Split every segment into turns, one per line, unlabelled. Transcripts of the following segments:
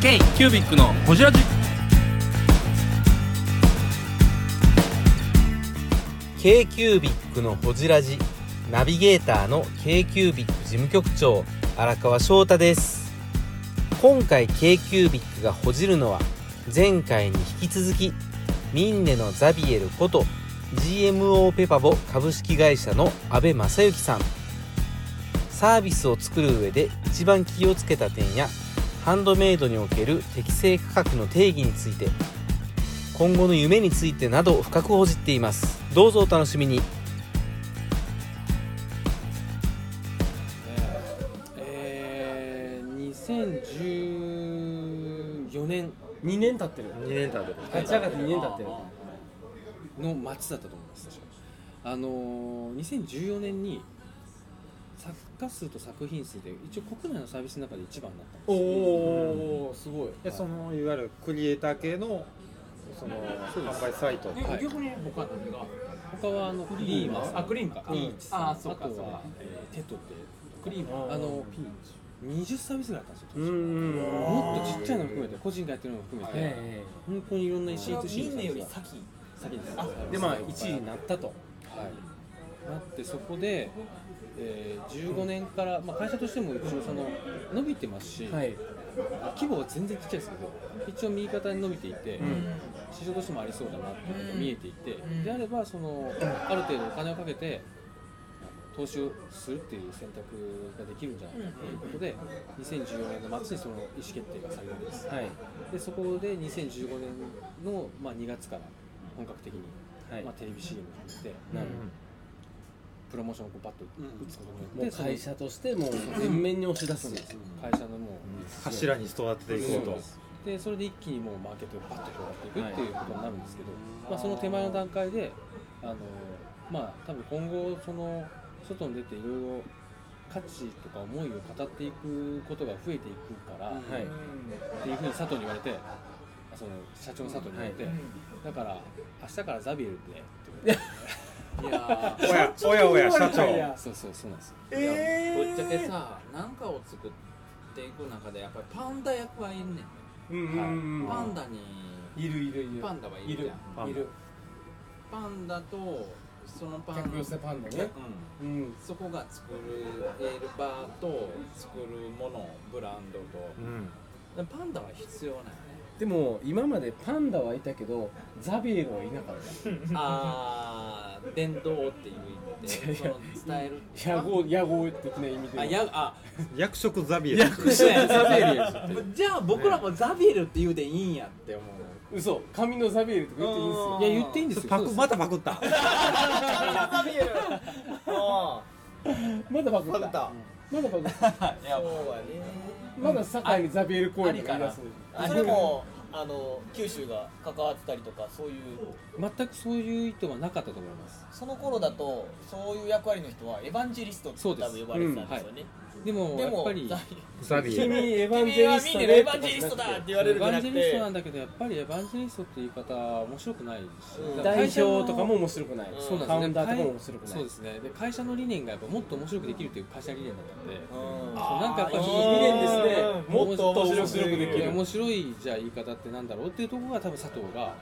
K キュービックのホジラジ
k c キュービッのほじラジナビゲーターの k c キュービッ事務局長荒川翔太です今回 k c キュービッがほじるのは前回に引き続きミンネのザビエルこと GMO ペパボ株式会社の阿部正幸さんサービスを作る上で一番気をつけた点やハンドメイドにおける適正価格の定義について今後の夢についてなど深く報じっていますどうぞお楽しみに
えー、2014年2年経ってる
2年経ってる
立ち上がって2年経ってるの町だったと思います確かあのー、2014年に作家数と作品数で一応国内のサービスの中で一番になったんです
お
よ
お、すごい
はい
でそのいわゆるクリエイター系のその販売サイト
はい
逆に僕は何が
他はあのクリーマー
あクリームか
ピーチさん
あそうか
あと
そう
は
か、
えーテトテ
クリーム
あの20サービスぐらいあったんですよ
うん
もっとちっちゃいのも含めて個人がやってるのも含めて、本当にいろんな石
それ
井
は
と
ミ
新
ンネより
さん
先
先です
でまあ1位になったと
はい、なってそこで、えー、15年から、まあ、会社としても一応その伸びてますし、
はい
規模は全然ちっちゃいですけど一応右肩に伸びていて、市場としてもありそうだなっていうのが見えていて、であればそのある程度お金をかけて投資をするっていう選択ができるんじゃないかということで、2014年の末にその意思決定がされるんです、
はい
でそこで2015年の、まあ、2月から本格的に、
はい
まあ、テレビ CM を含めて
なる
プロモーションをこうバッと打つことによって、
もう
その
会社としてもう全面に押し出すんです
会社のもう
柱に育てていこうと
でそれで一気にもうマーケットがバッと広がっていくっていうことになるんですけど、まあ、その手前の段階であのまあ多分今後その外に出ていろいろ価値とか思いを語っていくことが増えていくから、
はい
っていうふうに佐藤に言われてあその社長の佐藤に言われて、だから明日からザビエルでって言わ
いや
おやおやおや社
れて
長
そうそうそうなんですよ
ーいやぶっちゃけさ何かを作っていく中でやっぱりパンダ役はいんね
うんうん
ん
うん
パンダに
いるいるい
パンダはいるじゃん
パンダ
パンダとそのパンダ
パンダ
う
うん
んそこが作るエルバーと作るものブランドと
うん
でパンダは必要なんよね
でも今までパンダはいたけどザビエルはいなかった
あー伝道っていう意味でその伝える
野号野号的な意味で
あやあ
役職ザビエル
じゃあ僕らもザビエルって言うでいいんやって思う
嘘紙のザビエルとか言っていいんです
いや言っていいんで
よ
すよ
パクまたパクった
ザビエル
まだバグったまだバグった
いや
まだ堺にザビエル公園がいます
それもあの九州が関わってたりとかそういう
全くそういう意図はなかったと思います
その頃だとそういう役割の人はエヴァンジェリストって多
そうです
分呼ばれてたんですよね、
でも
で
やっ
も
ぱり
ザビエ
君
ル
エヴァン
君
ジェリ
は
ス
ミ
ト
ネの
ね
エヴァンジェリストだって言わ
エ
れる
ヴ
んじゃ
ァ
な
ンジ
く
ェリスト
て
なんだけどやっぱりエヴァンジェリストっていう言い方は面白くないし、だから
代
会社の
表とかも面白くない
そう
カ
なんです
ウン
ね
ターとかも面白く
会
ない
そうですねで会社の理念がやっぱもっと面白くできるという会社理念だったんで、
うん
そうなんかやっぱちょっと
うん
理念ですね
うんもっと面白くでき
で
る
面白いじゃあ言い方ってなんだろうっていうところが多分佐藤が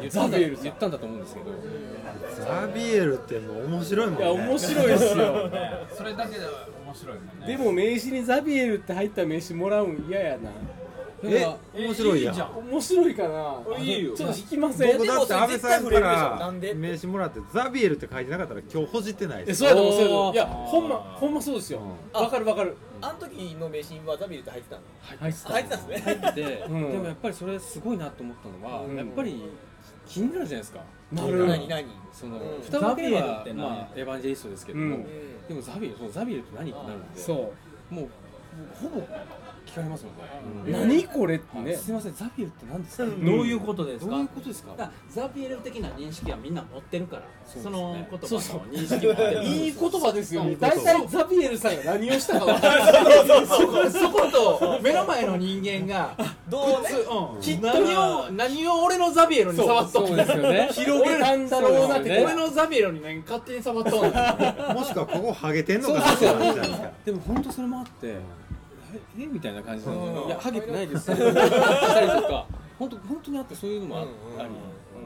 言った
ザ
んだ
ビエルさん
言ったんだと思うんですけど
ザビエルってもう面白いもん
いや
ね
面白いですよ
それだけで面白いもんね
でも名刺にザビエルって入った名刺もらうん嫌やな
だ
え
から
面白いやん
面白いかな。いいよ。ちょっと引きません
僕。
だって安
でもそれ
倍さんか
絶対触れるでしょな
ら
んで
名刺もらってザビエルって書いてなかったら今日ほじってないで
え、
す
そうやと思う、そうやと
お
思
ー
う。いや、ほんま、ほんまそうですよ。
うん
わかるわかる。
あの時の名シーンはザビエルって入ってたの
はい、ス
入ってたんですね
で,、
うん
でもやっぱりそれすごいなと思ったのは、
うん
やっぱり気になるじゃないですか
な
何
る。
何
その、
うん
蓋を開ければ
ザビエルって何
まあ、エヴァンジェリストですけども、
うん
でもザビエルそのザビエルって何ってなるんで
そ
もうもうほぼ聞かれますもんね、
う。何これって
あ
ね。
すいませんザビエルって何ですか、
どういうことです
ど
か
ういうことですか
だからザビエル的な認識はみんな持ってるから
そうですね
そ,、の言葉の
そうそう
認識持ってる
いい言葉ですよ
いい
ね。
言葉
大体ザビエルさんが何をしたかわからない。
そこそこと目の前の人間がどう、うん、きっと何を何を俺のザビエルに触っと
そうですよね
広げたんだろうなっ
俺の
て。
俺のザビエルに何勝手に触っとんの
もしくはここハゲてんのかなって感じじゃないですか
でも本当それもあってやっえみたいな感じで、
うん
いやハゲてないですよしたりとか本当本当にあってそういうのもあったり、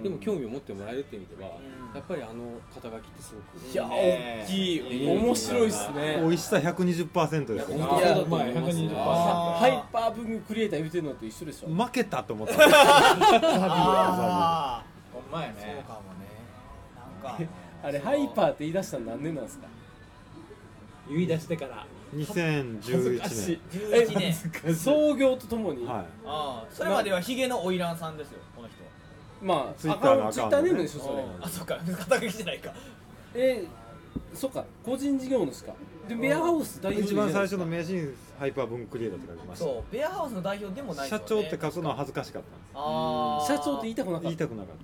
でも興味を持ってもらえるって意味では、やっぱりあの肩書きってすごく
いや大きい面白いっすね
美味しさ120%ですよ
本当そうだと思いますね
あハイパー文具クリエイター言うてるのと一緒でしょ
負けたと思ったザビは
あ
ほんまや
あそう
ね
かもねなんか
あれハイパーって言い出したの何年なんですか
言い出してから
ザビ2011年
11年
え創業とともに、
はい
ああそれまではヒゲの花魁さんですよこの人は
まあ
ツイッターの
アカウントツイッ
ア
タ
カウントね
ーネームでしょそれ
あそっか肩書きじゃないか
えそっか個人事業主かでベアハウス代表
一番最初の
メ
名人ハイパー文クリエイターって書きまし
そうベアハウスの代表でもな
た
いですよ
社
ね
長って書くのは恥ずかしかったんです
ああ
社長って言い
い
たくなか
言
っ
い
た
たくなかった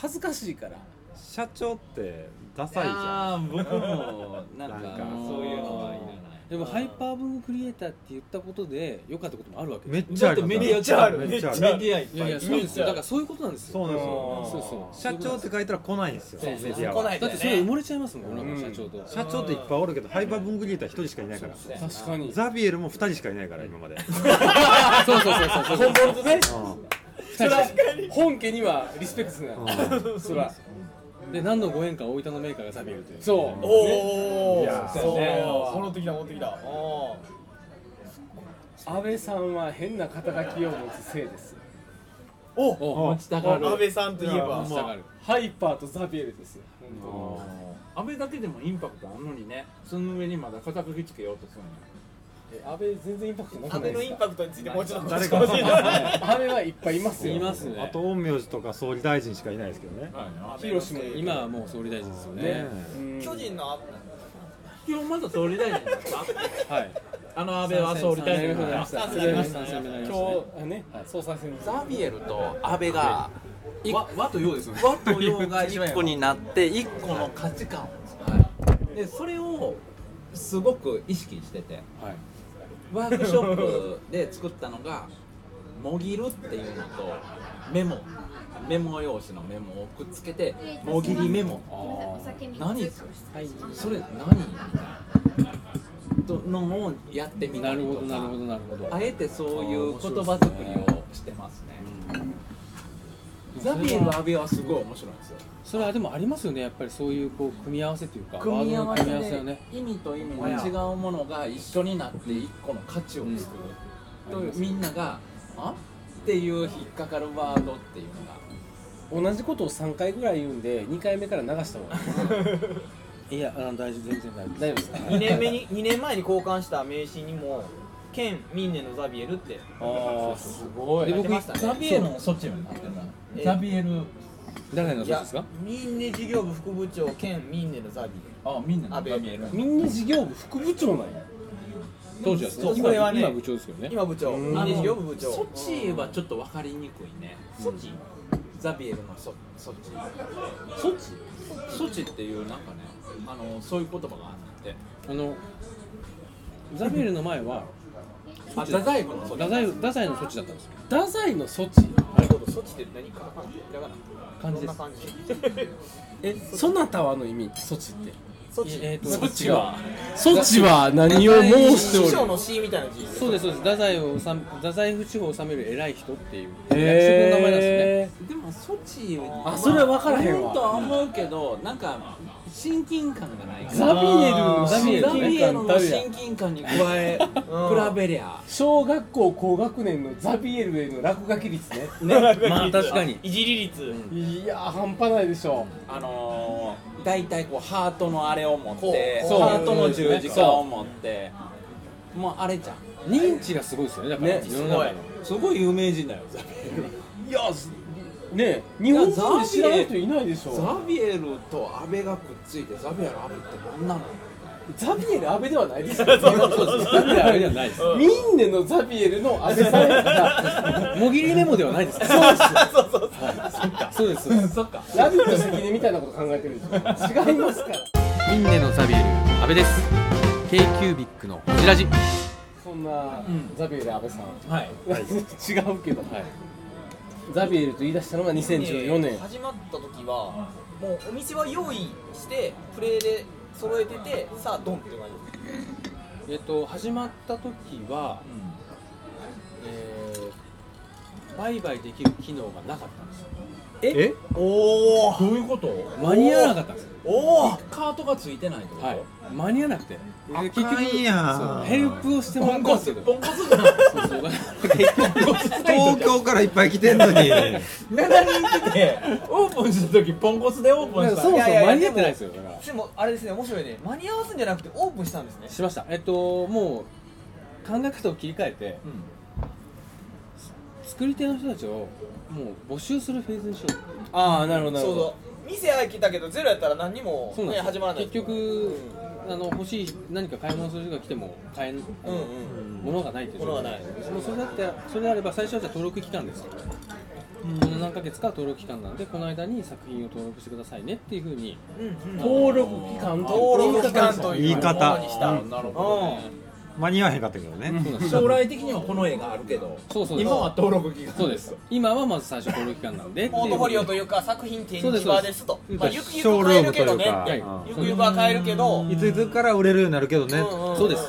恥ずかしいから
社長ってダサいじゃん
あー僕もなんか
なんか
そういうのはいらない
でもハイパーブームクリエイターって言ったことで良かったこともあるわけ
め
で
っ
す
ちゃある
めっちゃある
めっちゃある
メディアいっ
い
ぱ
や
い
いやそうですよだからそういうことなんですよ
そうなんですよ
そうそう
社長って書いたら来ないんですよ
そうそう
メディア
来な
はい
だ
だ
って
よ
それ埋
ね
もれちゃいますもん、俺の社長と
社長っていっぱいおるけどハイパー文クリエイター一人しかいないから
確かに
ザビエルも二人しかいないから今まで
そうそうそうそう本物とね
う
そら本家にはリスペクトするな、
ん
そら
で何のご縁か大分のメーカーがザビエルという
そう
おお
いや
そう戻ってきた戻ってきたおー
安倍さんは変な肩書きを持つせいです
お
お
持
ちたが
安倍さんといえば
いや
下がる
ハイパーとザビエルですよ本
安倍だけでもインパクトあんのにねその上にまだ肩書きつけようとするの
当にえ安倍全然インパクトなくな
安
いで
倍の
すか
インパクトについてもうちょっと話
誰
して
か
ほしいな
安倍はいっぱいいますよ
いますね
あと陰陽師とか総理大臣しかいないですけどね
広島に
今はもう総理大臣ですよね
ね
うん
巨人のあ
今日まだ総理大臣だった
はい
あの安倍は総理大臣だった
三
戦になりました
三戦目になりましたね
今日あね総裁選
ザビエルと安倍が
和和と洋ですよね
和と洋が 一個になって一個の価値観を作るでそれをすごく意識してて、ワークショップで作ったのが「もぎる」っていうのとメモメモ用紙のメモをくっつけて「もぎりメモ」
お酒3つ
何それ
はい
それ何とのをやってみた
な
り
る
と
ほ
か
どなるほどなるほど
あえてそういう言葉作りをしてますねザビエル安倍はすごい面白いんですよ
それはでもありますよねやっぱりそういうこう組み合わせというか
組み合わ
ワー
せ
ドの組み合わせ
で
はね
意味と意味の違うものが一緒になって一個の価値を作る、
うん
とみんなが「あっていう引っかかるワードっていうのが
同じことを3回ぐらい言うんで2回目から流した方がい
いやあの大丈夫全然大丈夫
い大丈夫ですか
2年目に2年 前に交換した名刺にも「ケミンネのザビエル」って
ああすご
で
い
僕
ザビエルもそっちになって
え
たザビエル
誰の
い
そう
や
ですか
ミンネ事業部副部長兼ミンネのザビ
あみんな
安倍
ザビエル
みんな事業部副部長なんや
当時はですね
そう
今
これはね
今部長ですけど
エル
ね
今部長ミン
あ
ネ事業
の
部部長
そっちはちょっと分かりにくいね
そっち
ザビエルのそそっちそっちそっちっていうなんかねあのそういう言葉があって
あのザビエルの前は
あ太宰府のそっち
ダザイダザイの措置だったんですよ
太宰の措置
なるほどそっちって何か
感
どん
じで
な
す
感じ
えそなたはの意味措置って
そっち
えーと
措置は何を申して
師
お
匠
る
の C みたいな字
そうですそうです太宰を治め太宰府地方を治める偉い人っていう役職の名前なんですね
へえ
でもソチは
あそれは分からへん
思
わ
うとは思うけどなんか親近感がないから
ザビエルの
ザビエル
親近感
の
たるやん
親近感に加え比べりゃ
小学校高学年のザビエルへの落書き率ね
まあ確かに
いじり率
いやー半端ないでしょ
あのー、大体こうハートのあれを持って
こう
ハートの十字架を持ってもうあれじゃん
認知がすごいですよねだから
ね
世の中の
すごい有名人だよ
いやねえ日本人で知らない人いないでしょ
ザビエルと安倍がくっついてザビエル安倍って何なの
ザビエル安倍ではない ですよねザビエル
あ
安
れで
倍で
は
は
な
ないい
で
ですすミンネのザビエルの安倍さんや から
もぎりメモではないです
そうですよ
そうですそうです
そっか
ラビット関根みたいなこと考えてるんですよ違いますから
ミンネのザビエル安倍です k イビックのホジラジ
そんなザビエル安倍さん、
はい
はい
違うけど、ザビエルと言い出したのが2014
で
年
始まった時はもうお店は用意してプレイで揃えててさあドンっていう感じ
えっと始まった時は、
うん
えー売買できる機能がなかったんですよ
えおおどういうこと
間に合わなかったんです
おおカートがついてないってこと、
はい間に合わなくてで結局
あかんやん
そうヘルプをしてもらったんですけど
ポンコツじゃん
そうそう
東京からいっぱい来てんのに
7人来てオープンした時ポンコツでオープ
そ
ンし
も
た
そも
いやいや
間に合ってないですよだから
でもあれですね面白いね間に合わすんじゃなくてオープンしたんですね
しましたえっともう考え方を切り替えて、
ん
作り手の人たちをもう募集するフェーズにしようっていう
ああなるほどな
ち
る
ょ
ほ
う
ど
ど店入ったけどゼロやったら何にも、
そうなん
ね、
ですよ
始まらない
結局あの欲しい何か買い物する人が来ても買えん
うんうん
ものがないという
物がない
もうそれだってそれであれば最初はじゃあ登録期間ですよこの何ヶ月かは登録期間なんでこの間に作品を登録してくださいねっていうふうに
うんうん
登録期間と
登録期間という
言い方
ものにした、うん、
なるほ
間に合わへんかったけどね
そうなん
ど、
です
将来的にはこの絵があるけど
そうそうです
今は登録期間
そうです今はまず最初登録期間なんでっていう
ポートフォリオというか作品展示場ですと
そうです
まあ、ゆくゆく買えるけどねってゆくゆくは買えるけど、
いついつから売れるようになるけどね
んん
そうです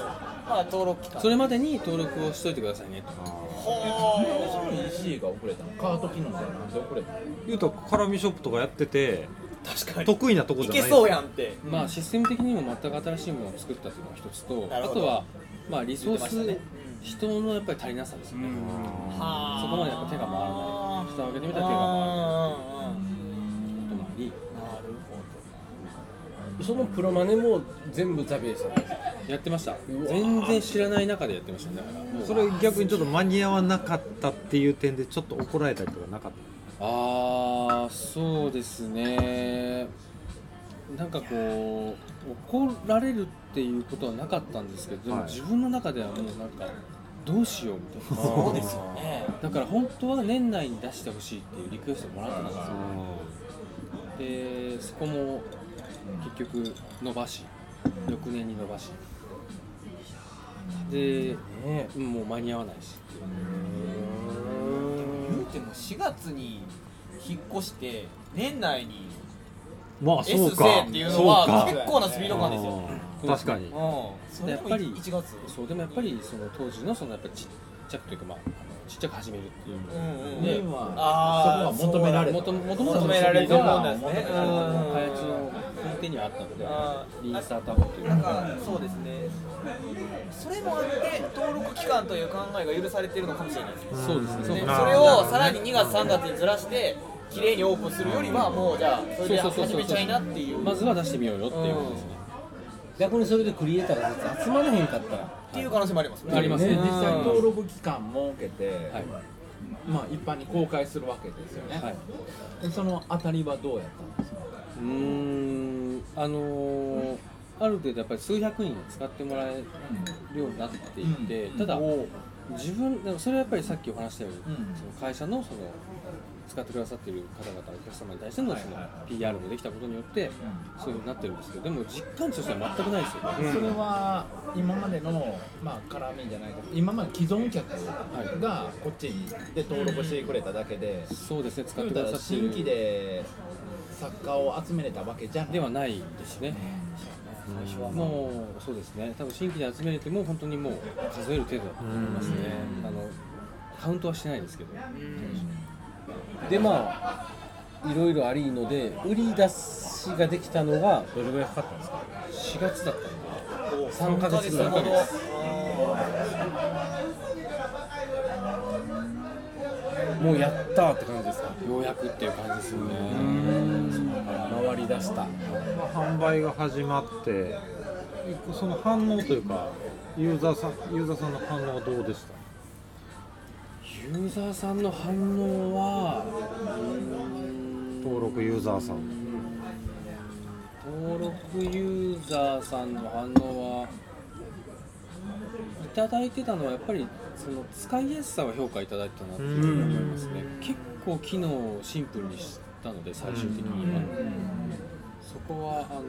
まあ登録期間
それまでに登録をしといてくださいねと
ほ
その EC が遅れたのカート機能がなんで遅れたの
言うと絡みショップとかやってて
ー確かに
得意なとこ
い
じゃない
けそうやんって
まあシステム的にも全く新しいものを作ったというのが一つと
なる
あ
ほど
とはまあリソ
言っ
ー
てま
ス、
したね
人のやっぱり足りなさですよね、
は
そこまでやっぱ手が回らない蓋を開けてみたら手が回らない
回る
ことも
な
あり
る
そのプロマネも全部ザビエさんです
やってました全然知らない中でやってましたねだからもう
それ逆にちょっと間に合わなかったっていう点でちょっと怒られたりとかなかった
ああそうですねなんかこう怒られるっていうことはなかったんですけどでも
はい
自分の中ではもうなんかどうしようみたいなそうですよねだから本当は年内に出してほしいっていうリクエストもらってたんですよでそこも結局伸ばし翌年に伸ばしで、もう間に合わないし
ほど言うても4月に引っ越して年内に
まあそう
S
か
制っていうのは結構なスピード感ですよ
うん確かに
うんそれ
やっぱり
も1月
そうでもやっぱりその当時のそのやっぱちっちゃくというかまああのちっちゃく始めるっていう
うんうん
ね
ね
今
あー
そこが求められた
もともと
求められてるもんなんですねうん
開発の根底にはあったので
あー
リーンスタートアップという
なん
か
かそうですねそれもあって登録期間という考えが許されてるのかもしれないですね
そうですね
そ
そう
れをさらに2月3月にずらして綺麗にオープンするよりはもうじゃあそれで始めちゃいなっていう
まずは出してみようよっていうことですね
逆にそれでクリエイターが絶対集まらへんかったら
っていう可能性もありますね
ありますね
実際登録期間設けて、
はい
まあ一般に公開するわけですよね、
はい
でそのあたりはどうやったんですか
うーんあのーある程度やっぱり数百人を使ってもらえるようになっていて、
うん
ただ自分でもそれはやっぱりさっきお話したように、
ん
その会社のその使ってくださっている方々お客様に対してのその PR もできたことによってそういうふうになってるんですけどでも実感値としては全くないですよね、
それは今までの、まあ、絡みじゃないけど今まで既存客がこっちにで登録してくれただけで、
そうですね使っ
言
てく
う
だ
たら
さってい
新
る
規で作家を集めれたわけじゃない
ではないですねもうそうですね多分新規で集めれても本当にもう数える程度だと思いますねあのカウントはしてないですけど
でまあいろいろありので売り出しができたのがどれぐらいかかったんですか
4月だったんで
3ヶ月ぐらい
なるほど
もうやったーって感じですか
ようやくっていう感じですよね
回り出した
まあ販売が始まってその反応というかユーザーさんユーザーさんの反応はどうでした
ユーザーさんの反応はうーん
登録ユーザーさん
登録ユーザーさんの反応はいただいてたのはやっぱりその使いやすさは評価いただいてたなっていうふうに思いますね結構機能をシンプルにしたので最終的にはそこはあの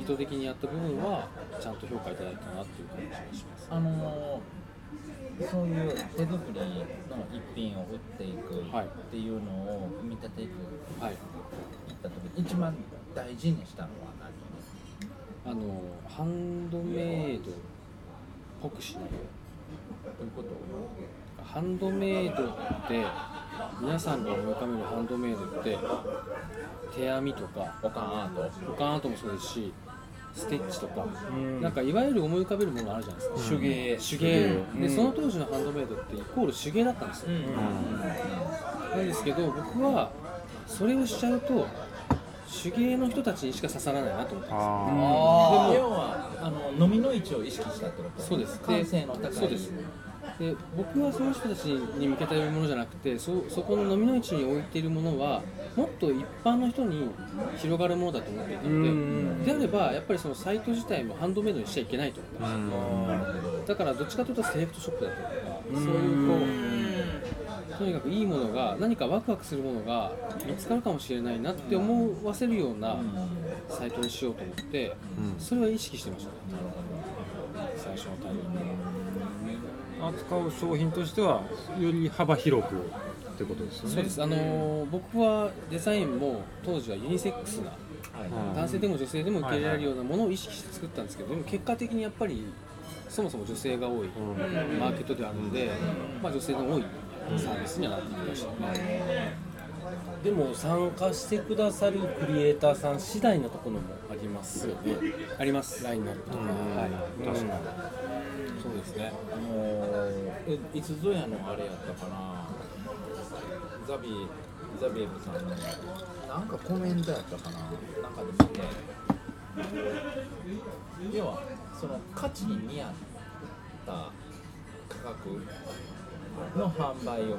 意図的にやった部分はちゃんと評価いただいたなっていう感じがします
あのーそういう手作りの一品を売っていく
はい
っていうのを組み立ててい
はい
った時に一番大事にしたのは何
あのハンドメイドぽくしないということハンドメイドって皆さんが思い浮かべるハンドメイドって手編みとか
おかんアート
保管アートもそうですしステッチとか、なんかいわゆる思い浮かべるものあるじゃないですか、
手芸
手芸、でその当時のハンドメイドってイコール手芸だったんですよ、なんですけど僕はそれをしちゃうと手芸の人たちにしか刺さらないなと思ってま
あ
あ要はあの飲みの位置を意識したってこと
すそうですで
感性の高い
そうですで僕はその人たちに向けたものじゃなくてそそこの飲みの市に置いているものはもっと一般の人に広がるものだと思っていたのでであればやっぱりそのサイト自体もハンドメイドにしちゃいけないと思ってましただからどっちかというとセレクトショップだったりとかそういうこうとにかくいいものが何かワクワクするものが見つかるかもしれないなって思わせるようなサイトにしようと思ってそれは意識してましたね最初のタイミングで
扱う商品としてはより幅広くってことですよね
そうです、あのー僕はデザインも当時はユニセックスな
うん
男性でも女性でも受け入れられるようなものを意識して作ったんですけどでも結果的にやっぱりそもそも女性が多いマーケットではあるので、まあ、女性の多いサービスにはなってきましたね
でも参加してくださるクリエイターさん次第のところもありますよね
あります
ラインナップとか、
はい
確か
そうですね
あのーえいつぞやのあれやったかなザビザビエルさんのなんかコメントやったかななんかで見て要はその価値に見合った価格の販売を目指す、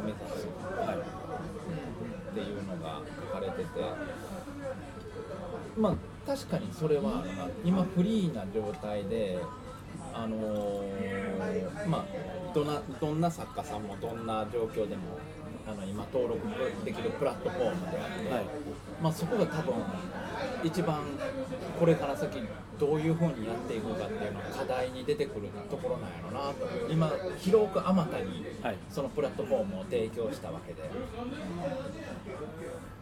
っていうのが書かれててまあ確かにそれはあの今フリーな状態であのーまあどなどんな作家さんもどんな状況でもあの今登録できるプラットフォームであって、まあ、そこが多分一番これから先どういうふうにやっていくかっていうのが課題に出てくるところなんやろなと今広くあまたに
はい
そのプラットフォームを提供したわけで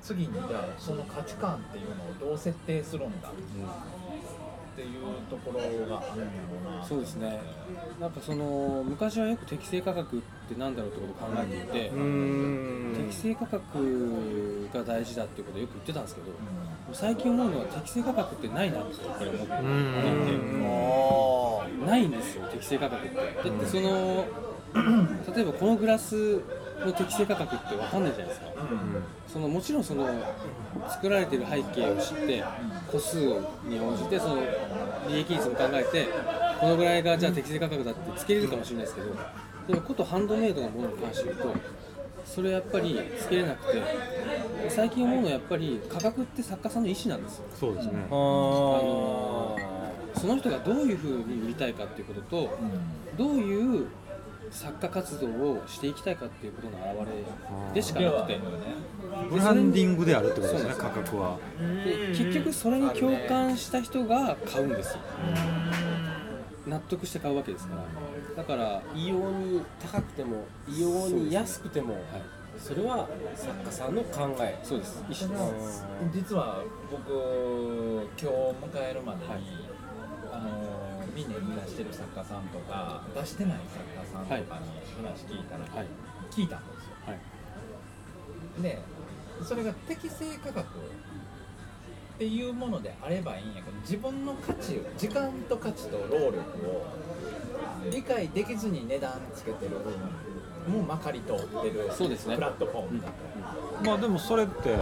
次にじゃあその価値観っていうのをどう設定するんだっていうところがあるんだろうな
そうですねなんかその昔はよく適正価格ってなんだろうってことを考えていて、適正価格が大事だっていうことをよく言ってたんですけど、最近思うのは適正価格ってないなってやっぱり思っていてないんですよ適正価格ってだってその例えばこのグラスの適正価格って分かんないじゃないですか、そのもちろんその作られてる背景を知って個数に応じてその利益率も考えてこのぐらいがじゃあ適正価格だってつけれるかもしれないですけどでもことハンドメイドのものに関して言うとそれやっぱりつけれなくて最近思うのはやっぱり価格って作家さんの意思なんですよ
そうですね
あー
あのその人がどういうふうに売りたいかっていうことと、どういう作家活動をしていきたいかっていうことの表れでしかなくて、
ブランディングであるってことです
そうで
ね
す
価格は
で結局それに共感した人が買うんですよ納得して買うわけですからだから
に異様に高くても異様に安くてもそ,、れは作家さんの考え
そうです意思です
実は僕今日迎えるまでに、あのミネに出してる作家さんとか出してない作家さんとかに話聞いたら、
はい
聞いたんですよ、
は
でそれが適正価格っていうものであればいいんやけど自分の価値を時間と価値と労力を理解できずに値段つけてる部分もまかり通ってる
そうですね
プラットフォームだと、
まあでもそれって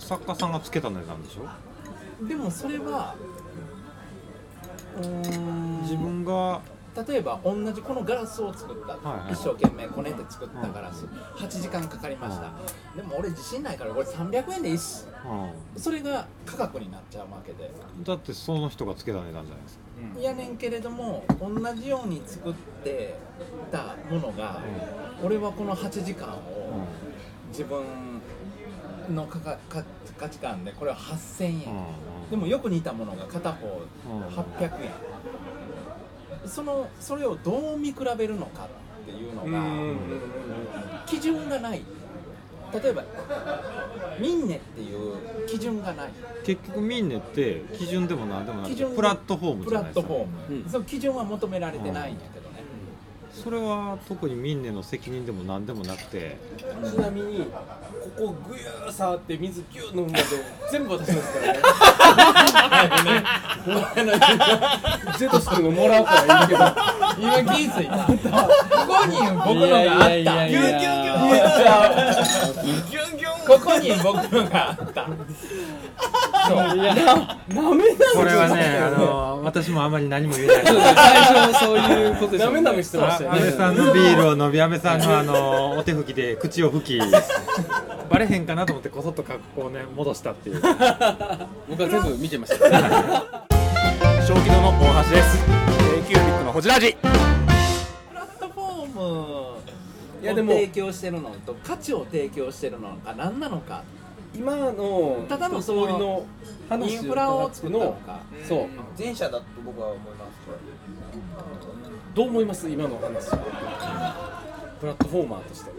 作家さんがつけた値段でしょ
でもそれはうーん
自分が
例えば同じこのガラスを作った、
はいはい
一生懸命こねて作ったガラス、8時間かかりました、でも俺自信ないからこれ300円でいいっす
う
それが価格になっちゃうわけで、
んだってその人がつけた値段じゃないですか
いやねんけれども同じように作ってたものが、俺はこの8時間を自分の価格価価値観でこれは8000円、でもよく似たものが片方800円、そのそれをどう見比べるのかっていうのが基準がない例えばミンネっていう基準がない
結局ミンネって基準でもなんでもなく
基
て
準
プラットフォーム
プ
じゃ
ラ
な
ッ
いです
トフ
か
ォーム、
うん
その基準は求められてないんやけどね、
それは特にミンネの責任でも何でもなくて
ちなみにここグユー触って水ギュー飲んだと全部私ですからね ゼトス君のもらうからいいけど
今気づいたここに僕のがあった
いやいやいやいや
言えちゃうここに僕のがあった
これは ねあの私もあまり何も言えない
最初そういうことですよね。
してましたよ
安倍さんのビールを飲み安倍さんのあのお手拭きで口を拭きバレへんかなと思ってこそっと格好をね戻した っていう
僕は全部見てました。
小規模の大橋です k q ビックのホジラジ
プラットフォームを
いやでも
提供してるのと価値を提供してるのか何なのか
今の
ただの
通
そ
り
の
の
イ
話
ンフラを作ったのか
そう
前者だと僕は思います
どう思います今のお話プラットフォーマーとして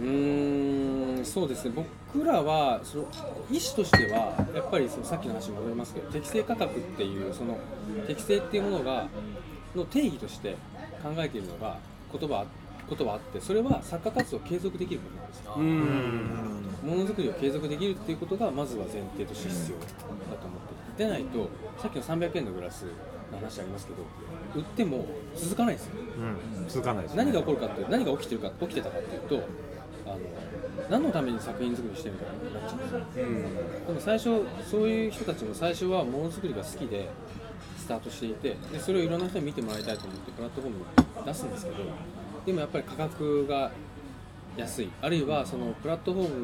うーん、そうですね。僕らはその意思としてはやっぱりそのさっきの話に戻りますけど、適正価格っていうその適正っていうものがの定義として考えているのが言葉言葉あって、それは作家活動を継続できることなんですよ。ものづくりを継続できるっていうことがまずは前提として必要だと思っていてでないとさっきの300円のグラスの話ありますけど売っても続かないんですよ
うん続かないですね
何が起こるかって何が起きてるか起きてたかっていうとあの何のために作品作りしてるみたいになっちゃうんですよでも最初そういう人たちも最初はものづくりが好きでスタートしていてでそれをいろんな人に見てもらいたいと思ってプラットフォームを出すんですけどでもやっぱり価格が安いあるいはそのプラットフォーム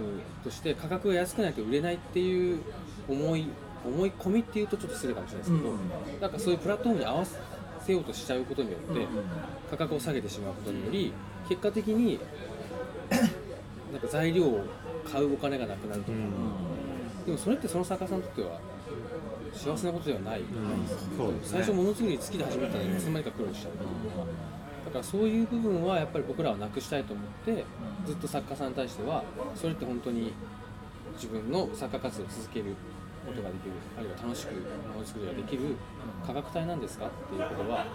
として価格が安くないと売れないっていう思い思い込みっていうとちょっと失礼かもしれないですけど、なんかそういうプラットフォームに合わせようとしちゃうことによって価格を下げてしまうことにより結果的に なんか材料を買うお金がなくなると
う
か、
ん
でもそれってその作家さんにとっては幸せなことではない、
うんそうです
最
ね
初ものづくり好きで始めたのにいつの間にか苦労しちゃうだからそういう部分はやっぱり僕らはなくしたいと思ってずっと作家さんに対してはそれって本当に自分の作家活動を続けることができるあるいは楽しくものづくりができる価格帯なんですかっていうことは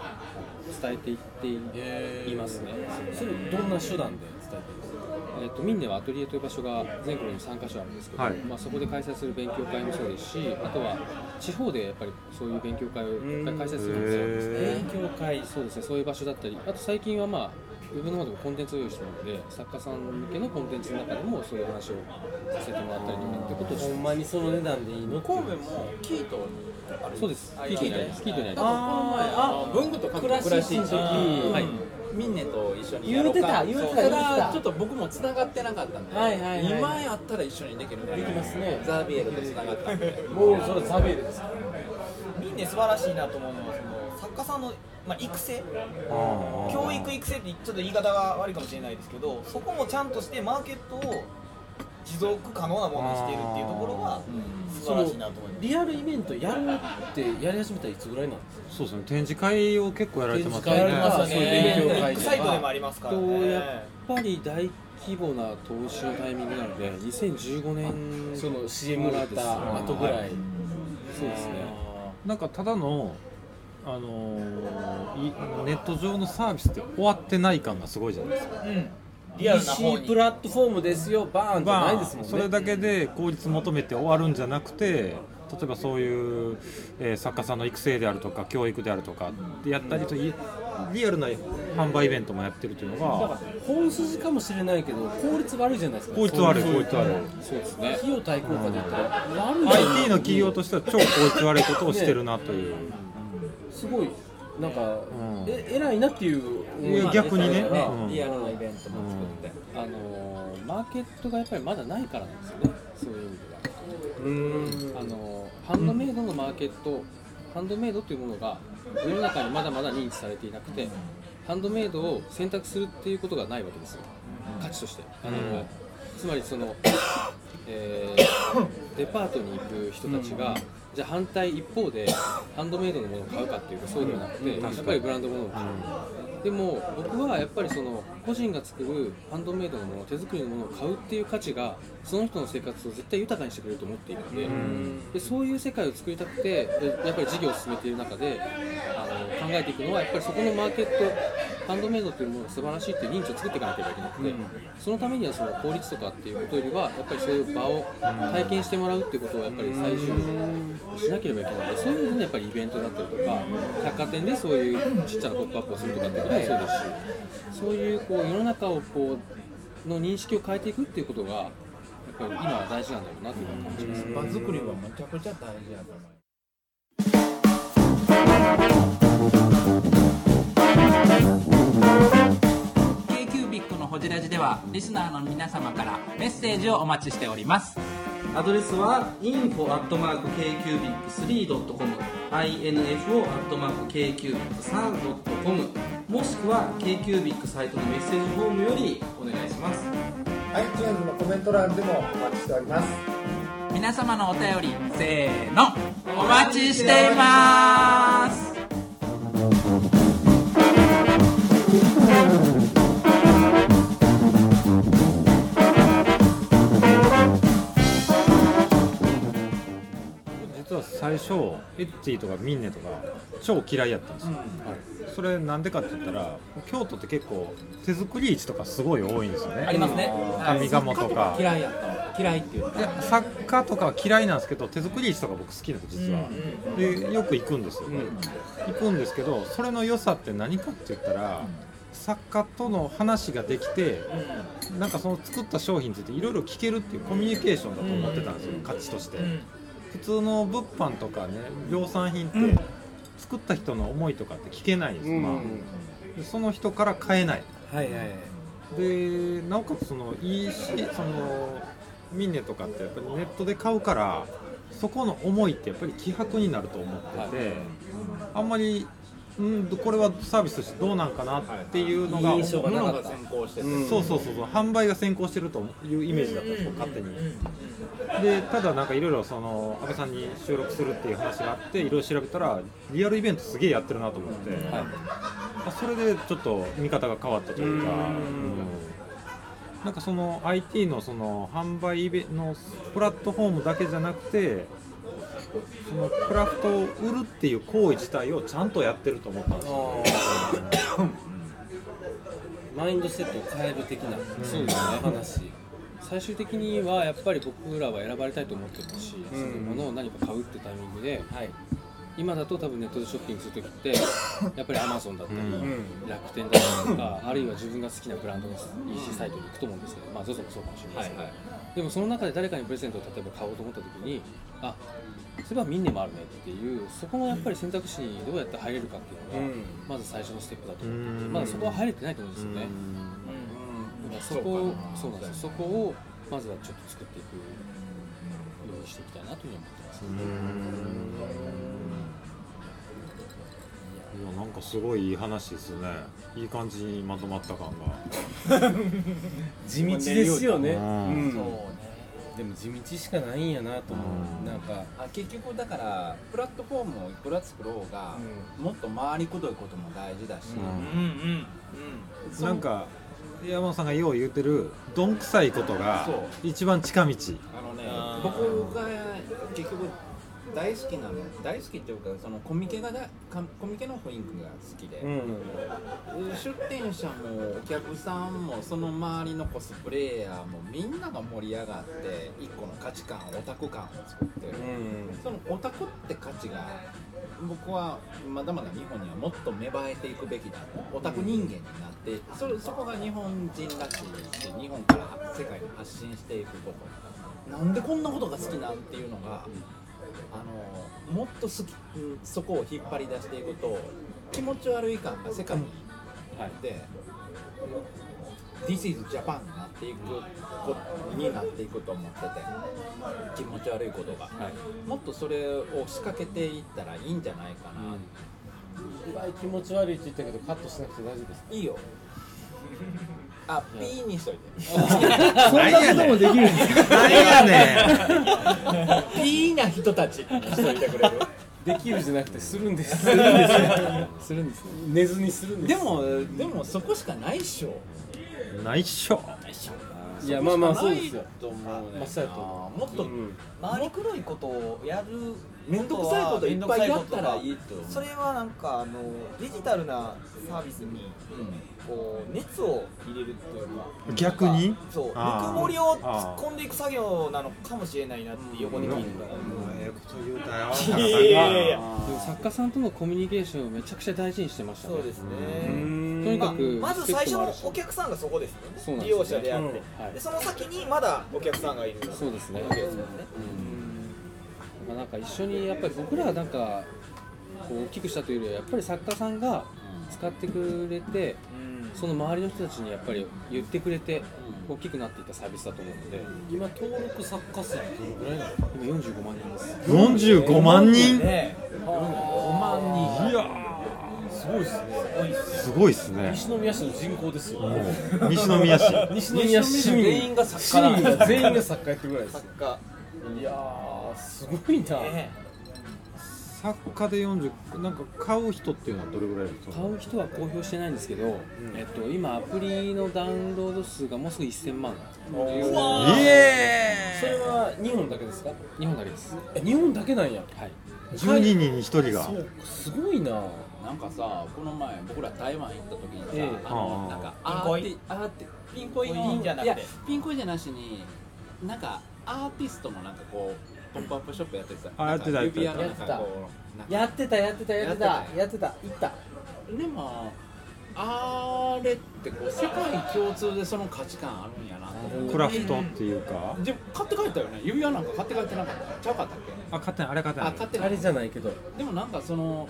伝えていっていますね、
それどんな手段で伝えてるんですか
えっとミンネはアトリエという場所が全国に3カ所あるんですけど、
はい
まあ、そこで開催する勉強会もそうですしあとは地方でやっぱりそういう勉強会をいっぱい開催するんですよ、
へー
勉強会そうですねそういう場所だったりあと最近はまあウェブの方でもコンテンツを用意してるので作家さん向けのコンテンツの中でもそういう話をさせてもらったりとかってことをし
ほ
て
んまにその値段でいいのってい
神
う
戸もキートに
そうです聞いていないです聞いていないです
なんかこの前あ文具とか暮らしの時、
は
はい
い、
ミンネと一緒に
言うて
や
た
ろうか
言うて
そ
た
う
言うてた
ただちょっと僕もつながってなかったんで、
はいはいはい
今やったら一緒にできるできます
ね
ザビエルとつながったんで
もうそれザビエルですか
ミンネ素晴らしいなと思うのはその作家さんの、まあ、育成教育育成ってちょっと言い方が悪いかもしれないですけどそこもちゃんとしてマーケットを持続可能なものにしているっていうところが素
そ
晴ら
の
しいなと思います
リアルイベントやるってやり始めたらいつぐらいなんですか
そうですね展示会を結構やられてますよ
展示
ね
会そういう勉強会
ビッグサイトでもありますから
とや
ね
っぱり大規模な投資のタイミングなので2015年
その CM があった後ぐらい
そうですね
なんかただのあのーいネット上のサービスって終わってない感がすごいじゃないですか
リアルな方
EC プ
に
ラットフォームですよバーンじゃないですもんね
それだけで効率求めて終わるんじゃなくて例えばそういう、えー作家さんの育成であるとか教育であるとかでやったりといリアルな販売イベントもやってるというのが
本筋かもしれないけど効率悪いじゃないですか
効率悪い
そう
効
う
率悪い
そうですね
費用対効果で言ったら悪い
IT の企業としては超効率悪いことをしてるなという、
すごいなんか、
ん
え偉いなっていう思い
いや逆にね
ですから
うん
リアルなイベントも作って、
あのーマーケットがやっぱりまだないからなんですよね、そういう意味では。あのーハンドメイドのマーケット、ハンドメイドというものが世の中にまだまだ認知されていなくて、ハンドメイドを選択するっていうことがないわけですよ、価値として。あのーつまりそのえーデパートに行く人たちが、じゃあ反対一方でハンドメイドのものを買うかっていうとそうではなくて、やっぱりブランドものを買う、でも僕はやっぱりその個人が作るハンドメイドのもの手作りのものを買うっていう価値がその人の生活を絶対豊かにしてくれると思っているので,、でそういう世界を作りたくてでやっぱり事業を進めている中であの考えていくのはやっぱりそこのマーケットハンドメイドというものが素晴らしいっていう認知を作っていかなければいけなくて、そのためにはその効率とかっていうことよりはやっぱりそういう場を体験してもらうっていうことをやっぱり最終しなければいけないのでそういうのでやっぱりイベントだったりとか百貨店でそういうちっちゃなポップアップをするとかっていうこともそうですしそういうこう世の中をこうの認識を変えていくっていうことがやっぱり今は大事なんだろうなというのは感じます。
場作りはめちゃくちゃ大事やと思う
ー q b i c のホジラジではリスナーの皆様からメッセージをお待ちしております
アドレスは info.kcubic3.com info.kcubic3.com もしくは KQBIC サイトのメッセージフォームよりお願いします
iTunes のコメント欄でもお待ちしております
皆様のお便りせーのお待ちしています
実は最初エッチーとかミンネとか超嫌いやったんですよ、はい、それなんでかって言ったら京都って結構手作り市とかすごい多いんですよね
ありますね
上賀茂とか
嫌いやったわ嫌いっていうか
いや作家とかは嫌いなんですけど手作り市とか僕好きなんです実は、でよく行くんですよ、行くんですけどそれの良さって何かって言ったら、作家との話ができて、なんかその作った商品についていろいろ聞けるっていうコミュニケーションだと思ってたんですよ、価値として、普通の物販とかね量産品って、作った人の思いとかって聞けないです、まあでその人から買えない
はいはい
でなおかつそのいいしそのミンネとかってやっぱりネットで買うからそこの思いってやっぱり希薄になると思ってて、あんまりうんこれはサービスとしてどうなんかなっていうのが、
いい印象がなかった
先行してて
そうそうそうそう販売が先行してるというイメージだったんですよ勝手にでただなんかいろいろその安倍さんに収録するっていう話があっていろいろ調べたらリアルイベントすげえやってるなと思って、あそれでちょっと見方が変わったというかうんなんかその IT のその販売イベのプラットフォームだけじゃなくてそのクラフトを売るっていう行為自体をちゃんとやってると思ったんですよ
マインドセットを変える的な
そうですね
話
最終的にはやっぱり僕らは選ばれたいと思ってるし、そのものを何か買うってタイミングで、今だと多分ネットでショッピングする時ってやっぱりアマゾンだったり、楽天だったりとか、 あるいは自分が好きなブランドの EC サイトに行くと思うんですけど、まあ ZOZO もそうかもしれないですけど、でもその中で誰かにプレゼントを例えば買おうと思った時にあそれはミンネもあるねっていうそこのやっぱり選択肢にどうやって入れるかっていうのが、まず最初のステップだと思っていてまだそこは入れてないと思うんですよね。だからそこをそうなんですよそこをまずはちょっと作っていくようにしていきたいなというふうに思ってます、
いやなんかすごいいい話ですねいい感じにまとまった感
地道ですよね、
が、うん
そうね
でも地道しかないんやなと思う、
うん
なんか
あ結局だからプラットフォームをいくら作ろうが、もっと回りくどいことも大事だし、
うんうん
その
なんか山本さんがよう言ってるどんくさいことが
そう
一番近道
あのね
あー
僕が結局大好きなの大好きっていうかそのコミケがだかコミケの雰囲気が好きで、出店者もお客さんもその周りのコスプレイヤーもみんなが盛り上がって一個の価値観オタク感を作ってる、そのオタクって価値が僕はまだまだ日本にはもっと芽生えていくべきだオタク人間になってそれそこが日本人らしいし日本から世界に発信していくことなんでこんなことが好きなんっていうのがあのもっと好きうんそこを引っ張り出していくと気持ち悪い感が世界にあって、This is Japan になっていくことになっていくと思ってて気持ち悪いことが、もっとそれを仕掛けていったらいいんじゃないかな、
うわ気持ち悪いって言ったけどカットしなくて大丈夫ですか
いいよ
あ、ピーにしといて。
そんなこともできるんですか
ピーな人たち。
できるじゃなくてするんです
するんですね
するんですね
寝ずにするんです
でもでもそこしかないっしょ
内緒
いやまあまあそうですよ
と思うね
まあそうやと思う
もっと
うん
周り黒いことをやる
めんどくさいこといっぱいやったらいいと
それはなんかあのデジタルなサービスにこう熱を入れるというか
逆に
そうぬく
あー
もりを突っ込んでいく作業なのかもしれないなって横で聞いてたら
ええこと言う
いや
た
いやいやいや
作家さんとのコミュニケーションをめちゃくちゃ大事にしてましたね
そうですね
とにかく
まあまず最初のお客さんがそこです
そう
よ
な
ね
ん
利
ですよ
用者
ね
であって、
うんはい
でその先にまだお客さんがいる
そうですね
わけですもんね
まあ、なんか一緒にやっぱり僕らはなんかこう大きくしたというよりはやっぱり作家さんが使ってくれて、その周りの人たちにやっぱり言ってくれて大きくなっていったサービスだと思うので
今登録作家数ってどのぐらいなの
今45万人です
45万人
ね
5万人
いや
すごいですね
すごいっすね
西宮市の人口ですよ
うん西宮市
西宮市民全員が作家
市民が全員が作家やってるぐらいです
作家
いやーすごいな、
作家で40なんか買う人っていうのはどれぐらいですか
買う人は公表してないんですけど、えっと、今アプリのダウンロード数がもうすぐ1000万
う
わーイエ
それは日本だけですか
日本だけです
え日本だけなんや
はい
12人に1人が
そうすごいな
なんかさこの前僕ら台湾行った時にさ、
ええ
あのなんかアーティアーティピンコイ
ピンコイ
の
ンじゃなく
い
て
やピンコイじゃなしになんかアーティストもなんかこうポンプアップショップやってた
あやってた
なんか指輪の
や
な
って
んか
た
こうなんか
やってたやってたやってたやってた行った
でもあれってこう世界共通でその価値観あるんやなと思って
クラフトっていうか
で買って帰ったよね指輪なんか買って帰ってなかったちゃうかったっけ
あ勝手にあれ勝手に
あ勝手に
あれじゃないけど
でもなんかその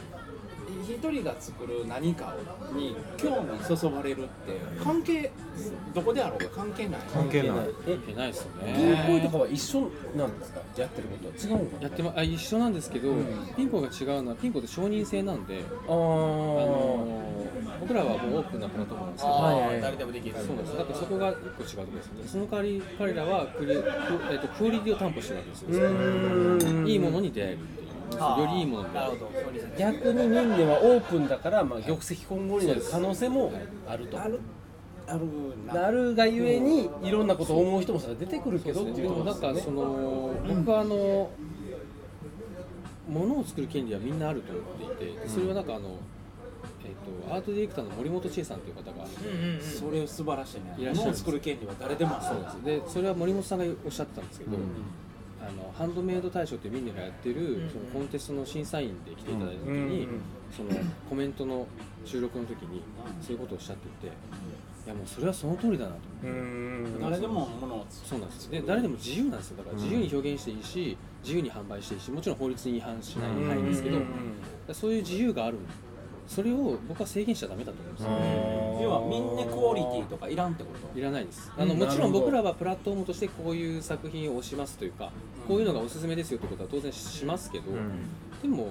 一人が作る何かに興味そそばれるって関係どこであろうが関係ない
関係ない
え
関係ないですよね
銀行とかは一緒なんですかやってることは違うんか
やってまあ一緒なんですけど、ピンコが違うのはピンコって承認制なんで、
あー
の僕らはもうオープンなプラットフォームなんですけど、
あーはい誰でもできる
そうなんですだからそこが一個違うところですよねその代わり彼らはクリ,、えっとクオリティを担保してるわけですよいいものに出会えるっていうよりいいものに出会える
逆に民ではオープンだから、まあ、玉石混合になる可能性もあると
あるある
なるがゆえにいろんなことを思う人もそれは出てくるけど
そ
っ
う
て
です
い
ねでも
うところで
な
す
ん
か
か
ね
その僕はあの物を作る権利はみんなあると思っていてそれはなんかあのえっとアートディレクターの森本千恵さんという方が
それ素晴らしいね
いらっしゃる
物を作る権利は誰でもある
そうなんですでそれは森本さんがおっしゃってたんですけど、
うん
あのハンドメイド大賞っていうミンネがやってる、そのコンテストの審査員で来ていただいた時に、
うんうん
そのコメントの収録の時にそういうことをおっしゃっていて、いやもうそれはその通りだなと
うん
誰でも物を作
そうなんですで誰でも自由なんですよだから自由に表現していいし、自由に販売していいしもちろん法律に違反しない
うん
範囲ですけど、
うん
だからそういう自由があるそれを僕は制限しちゃダメだと思うんですよ
要はみんなクオリティとかいらんってこと
いらないです
うん
あのもちろん
なるほど
僕らはプラットフォームとしてこういう作品を推しますというかこういうのがおすすめですよってことは当然しますけど、でも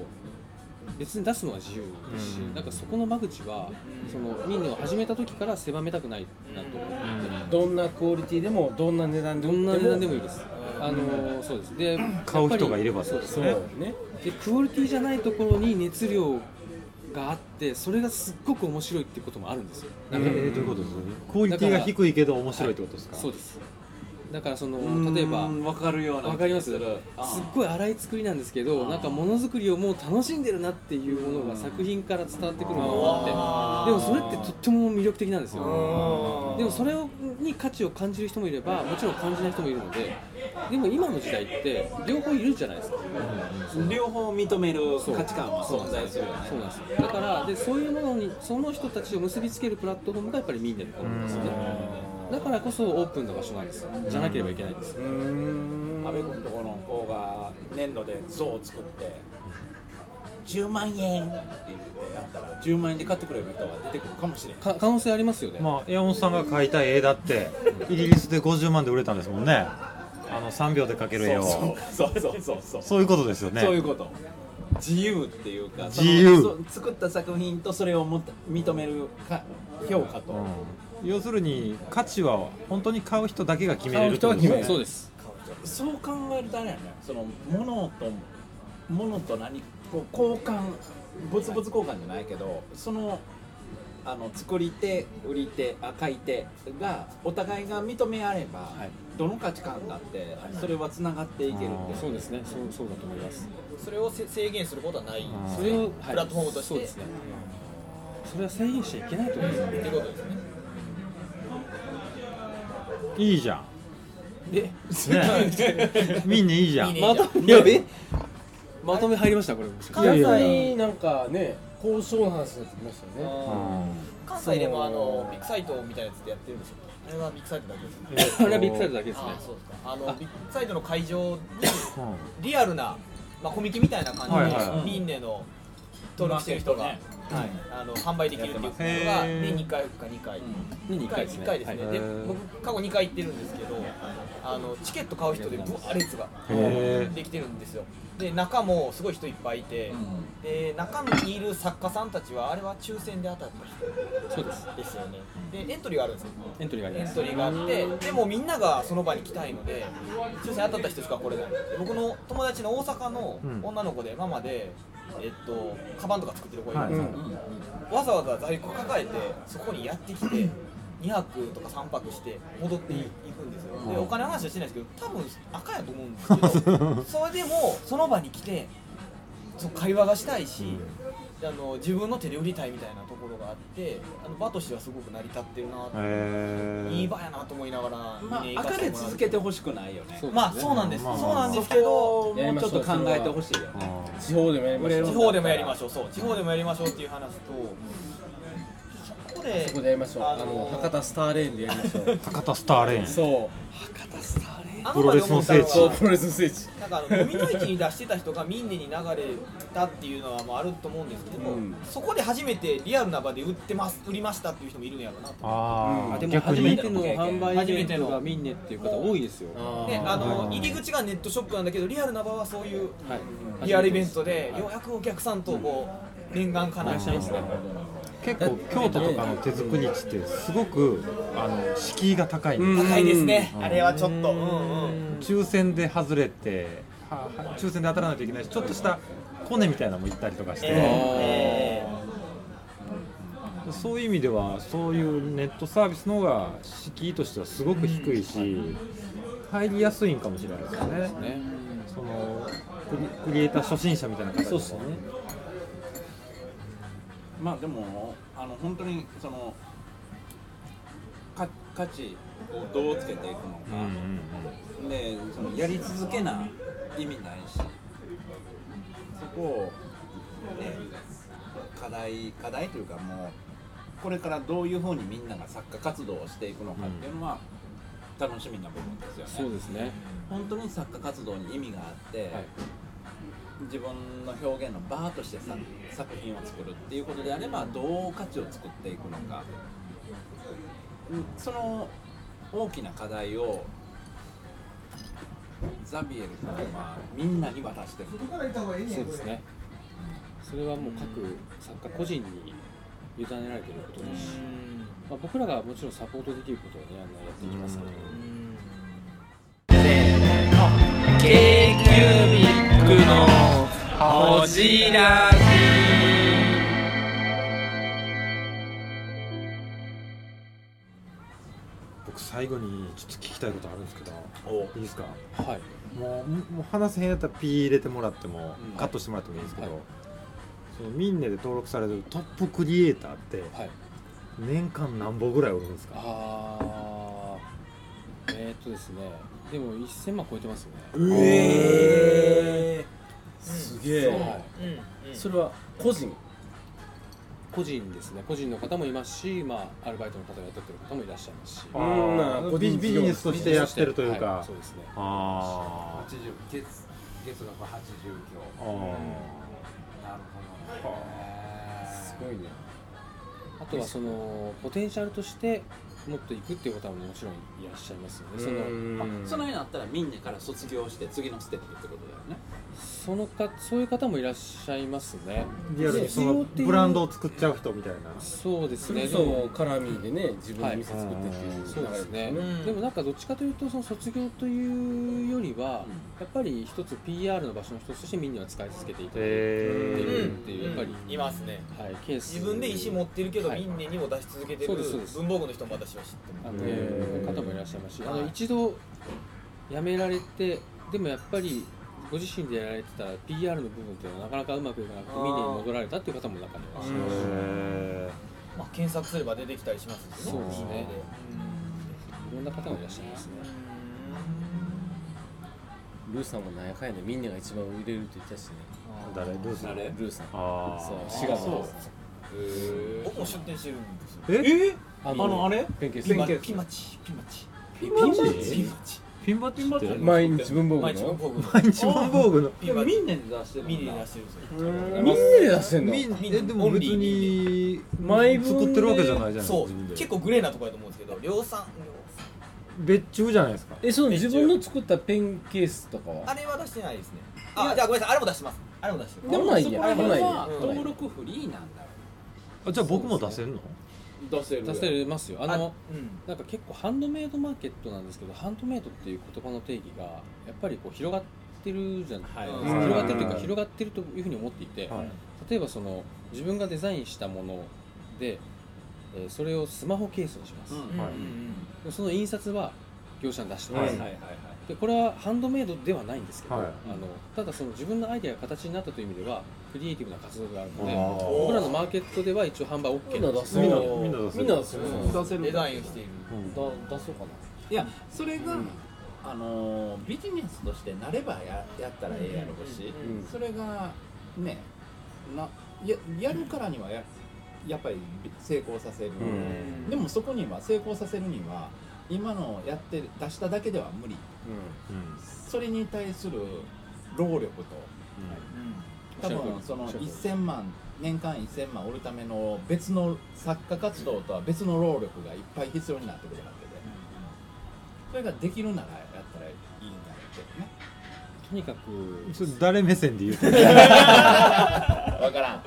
別に出すのは自由ですし、なんかそこの間口はその民を始めた時から狭めたくないなと思って、
どんなクオリティでもどんな値段で
ど
も
んな値段でもいいです。あのそうです。で、
買う人がいれば
やっぱり
そ
そうう
で
ですす
ね
ね。で、クオリティじゃないところに熱量があって、それがすっごく面白いってこともあるんですよ。
え
なんか
ー、どういうことですかクオリティが低いけど面白いってことですか
そうです。だからその
ん
例えば
わかるような
わかります。すっ
あー
ごい荒い作りなんですけど、なんかものづくりをもう楽しんでるなっていうものが作品から伝わってくるものがあって、でもそれってとっても魅力的なんですよ。でもそれをに価値を感じる人もいれば、もちろん感じない人もいるので、でも今の時代って両方いるじゃないですか。
両方認める
そう
価値観は存在するよね
そうなんですよだからでそういうものにその人たちを結びつけるプラットフォームがやっぱりミンネだと思うんですよねだからこそオープンな場所なんですよじゃなければいけないんですよ
阿部君とこの子が粘土で像を作って10万円って言ってやったら10万円で買ってくれる人が出てくるかもしれない
か可能性ありますよね
まあエオンさんが描いた絵だってイギリスで50万で売れたんですもんねあの3秒で描ける絵を
そうそうそうそうそう
そういうことですよね
そういうこと自由っていうか
自由
そのそ作った作品とそれをもっと認めるか評価と、
要するに価値は本当に買う人だけが決めれるってことね
そうですそう考えるとあれやねその物と物と何こう交換物々交換じゃないけどそのあの作り手売り手あ買い手がお互いが認め合えば、どの価値観だってそれはつながっていけるってそうですねそうそうだと思います
それをせ制限することはない
あー
それを
はい
プラットフォームとして
そうですねそれは制限しちゃいけないと思うんですよ
ってことですね
いいじゃん
え
ねみんないいじゃん
まとめ
やべ
まとめ入りましたこれ
いやいや
際なんかね交渉の話になってましたよね
関西でもあのビッグサイトみたいなやつでやってるんでしょあれはビッグサイトだけです
あれはビッグサイトだけですね
あそうですかあのビッグサイトの会場にリアルな、まあ、コミケみたいな感じで、
はいはい
ミンネの登録してる人が、はい、あの販売できるっていうことが
へー
年に1回か2回、
年
二
に一回ですね
一回ですね、
はい
で
へー
僕過去2回行ってるんですけどあのチケット買う人でぶわ列が
へー
できてるんですよで中もすごい人いっぱいいて、で中にいる作家さんたちはあれは抽選で当たった人
そうです
ですよねでエントリーがあるんですよ
エントリーがあり
エ
ま
ン
す
トリーがあってでもみんながその場に来たいので抽選当たった人しか来れないで僕の友達の大阪の
うん
女の子でママで、えっとカバンとか作ってる子いるんですよ、
はい
わざわざ在庫抱えてそこにやってきて2泊とか3泊して戻っていくんですよ、でお金の話はしてないですけど多分赤やと思うんですけど それでもその場に来てその会話がしたいし、あの自分の手で売りたいみたいなところがあってあの場としてはすごく成り立ってるなって
へー
いい場やなと思いながら、
まあ
見に行か
赤
せて
で
もらって
続けてほしくないよね
まあそうなんです、
まあ
そうなんですけ
そこ
ど
をもうちょっと考えてほしいよね
地方でもやりましょう
地方でもやりましょうそう地方でもやりましょうっていう話とそこで
そこでやりましょうあの博多スターレーンでやりましょ う
博多スターレーン
そう
あ
プロレスの聖地
そう
プロレスの聖地
なんかあの飲みの市に出してた人がミンネに流れたっていうのはまああると思うんですけど、
うん
そこで初めてリアルな場で売ってます売りましたっていう人もいるんやろうなと
あー
でも
逆
初
に
めての販売イベントが
初
ミンネっていう方多いですよ
であの入り
口
口がネットショップなんだけどリアルな場はそういう
はい
リアルイベントで
はい
ようやくお客さんとこう念願かな
うん結構京都とかの手作り地ってすごくあの敷居が高いんよ
高いですね
うん
あれはちょっとうんうん
抽選で外れてはは抽選で当たらないといけないしちょっとしたコネみたいなのも行ったりとかして、
え
そういう意味ではそういうネットサービスの方が敷居としてはすごく低いし、入りやすいんかもしれないですねそのクリクリエイター初心者みたいな方でも
そうっすねまあでもあの本当にそのか価値をどうつけていくのか、でそのやり続けな意味ないしそこを、ね、課題課題というかもうこれからどういうふうにみんなが作家活動をしていくのかっていうのは、楽しみな部分ですよね
そうですね
本当に作家活動に意味があって、自分の表現のバーとしてさ作品を作るっていうことであればどう価値を作っていくのかうんその大きな課題をザビエルさんはみんなに渡してる
そうですねそれはもう各作家個人に委ねられていることですし、まあ、僕らがもちろんサポートできることをねあのやっていきますけど
ケーキュービックのほじら
僕最後にちょっと聞きたいことあるんですけどいいですか
はい
もうもう話せへんやったらピー入れてもらっても、カットしてもらってもいいんですけど、そのミンネで登録されてるトップクリエイターって、年間何本ぐらいおるんですか
あーえー、っとですねでも1000万超えてますよね
えーすげえ
そう
うんうんそれは個人
個人ですね個人の方もいますし、まあ、アルバイトの方が雇ってる方もいらっしゃいますし
あー
個人事
ビ
業
ジネスとしてやってるというか、
はそうですね
あ
80月月額80強
あー
なるほどねす
ごいね
あとはそのポテンシャルとしてもっといくっていう方ももちろんいらっしゃいますよねその
そのようになったらみんなから卒業して次のステップってことだよね
そのかそういう方もいらっしゃいますね
リアルにそのブランドを作っちゃう人みたいな
そうですね
それこ
そ絡みでね
自分で店作ってっていう流れです
そう
ね
ですね、
うん
でもなんかどっちかというとその卒業というよりは、やっぱり一つ PR の場所の一つとしてみんなは使い続けていただいてるっていう、
うん
やっぱり、
いますね、
はい、ケース
自分で石持ってるけど、
はい
民ネにも出し続けてる
そうですそうです
文房具の人も私は知って
あ
ま
の
す
方もいらっしゃいますし、あ
は
の
い
一度辞められてでもやっぱりご自身でやられてたら PR の部分っていうのはなかなかうまくいかなくて
あー
ミネに戻られたっていう方も中にはいらっしゃいますし
まあ、検索すれば出てきたりしますし
そうですね
い
ろんな方がいらっしゃいますね
ルーさんもなんやかんやでみんなが一番売れるって言ってたしね
誰ルーさん
ルーさん
あー
そう滋賀の
そう
僕も出店してるんですよ
え
あのあれ
ペンケース
ピンマチピンマチピンマチ
ピンマチ
ピンマチ
ピンバッチンバ
って毎日文房具の
毎日文房具
毎日文房具の
ピンマチ
ミンネで出してる
ミネで出してるんですよ
ミンネで出してんの
ミンえでも別に作ってるわけじゃないじゃない
そう
自分で
結構グレーなとこやと思うんですけど量産
別注じゃないですか
えその自分の作ったペンケースとか
あ
は
れは出してないですねあじゃあごめんなさいあれも出してますあれも出してます
でもないや
あれも出してま
は
すうん
登録フリーなんだ
あじゃあ僕も出せるの
出せ
出せますよあの
うん
なんか結構ハンドメイドマーケットなんですけどハンドメイドっていう言葉の定義がやっぱりこう広がってるじゃないですか、
はい
広がってるというか
はい
広がってるというふうに思っていて、
はい
例えばその自分がデザインしたもので、えーそれをスマホケースにします、
うんはい
でその印刷は業者に出して
は
ま
い
す、
はいはいはい
でこれはハンドメイドではないんですけど、
はい
あのただその自分のアイデアが形になったという意味ではクリエイティブな活動があるの
あ
で
ー
僕らのマーケットでは一応販売 OK なんです
みんな出すみんな出すみんな出す
出せる
デザインをしている
出そうかないやそれが、あのービジネスとしてなればややったらええやろうし、
うん
それがねなややるからにはややっぱり成功させる、
うん
でもそこには成功させるには今のやって出しただけでは無理それに対する労力と、多分その1000万年間1000万売るための別の作家活動とは別の労力がいっぱい必要になってくるわけで、それができるならやったらいいんだけどね
とにかく
それ誰目線で言うと
わからん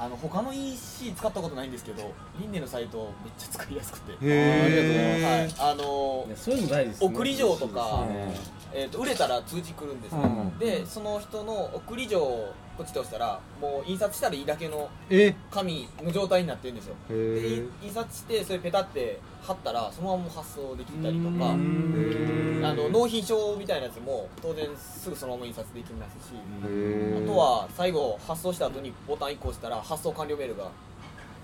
あの他の EC 使ったことないんですけどリンネのサイトめっちゃ使いやすくて
へー
ありがとうございます
そういうのないです
はいあの送り状とか
そうですね、
えー、と売れたら通知来るんですよ、
うん
でその人の送り状をこっちとしたらもう印刷したらいいだけの
え
紙の状態になってるんですよ
へ
で
ー
い印刷してそれペタって貼ったらそのままもう発送できたりとかあの納品証みたいなやつも当然すぐそのまま印刷できますし
ー
あとは最後発送した後にボタン1個押したら発送完了メールが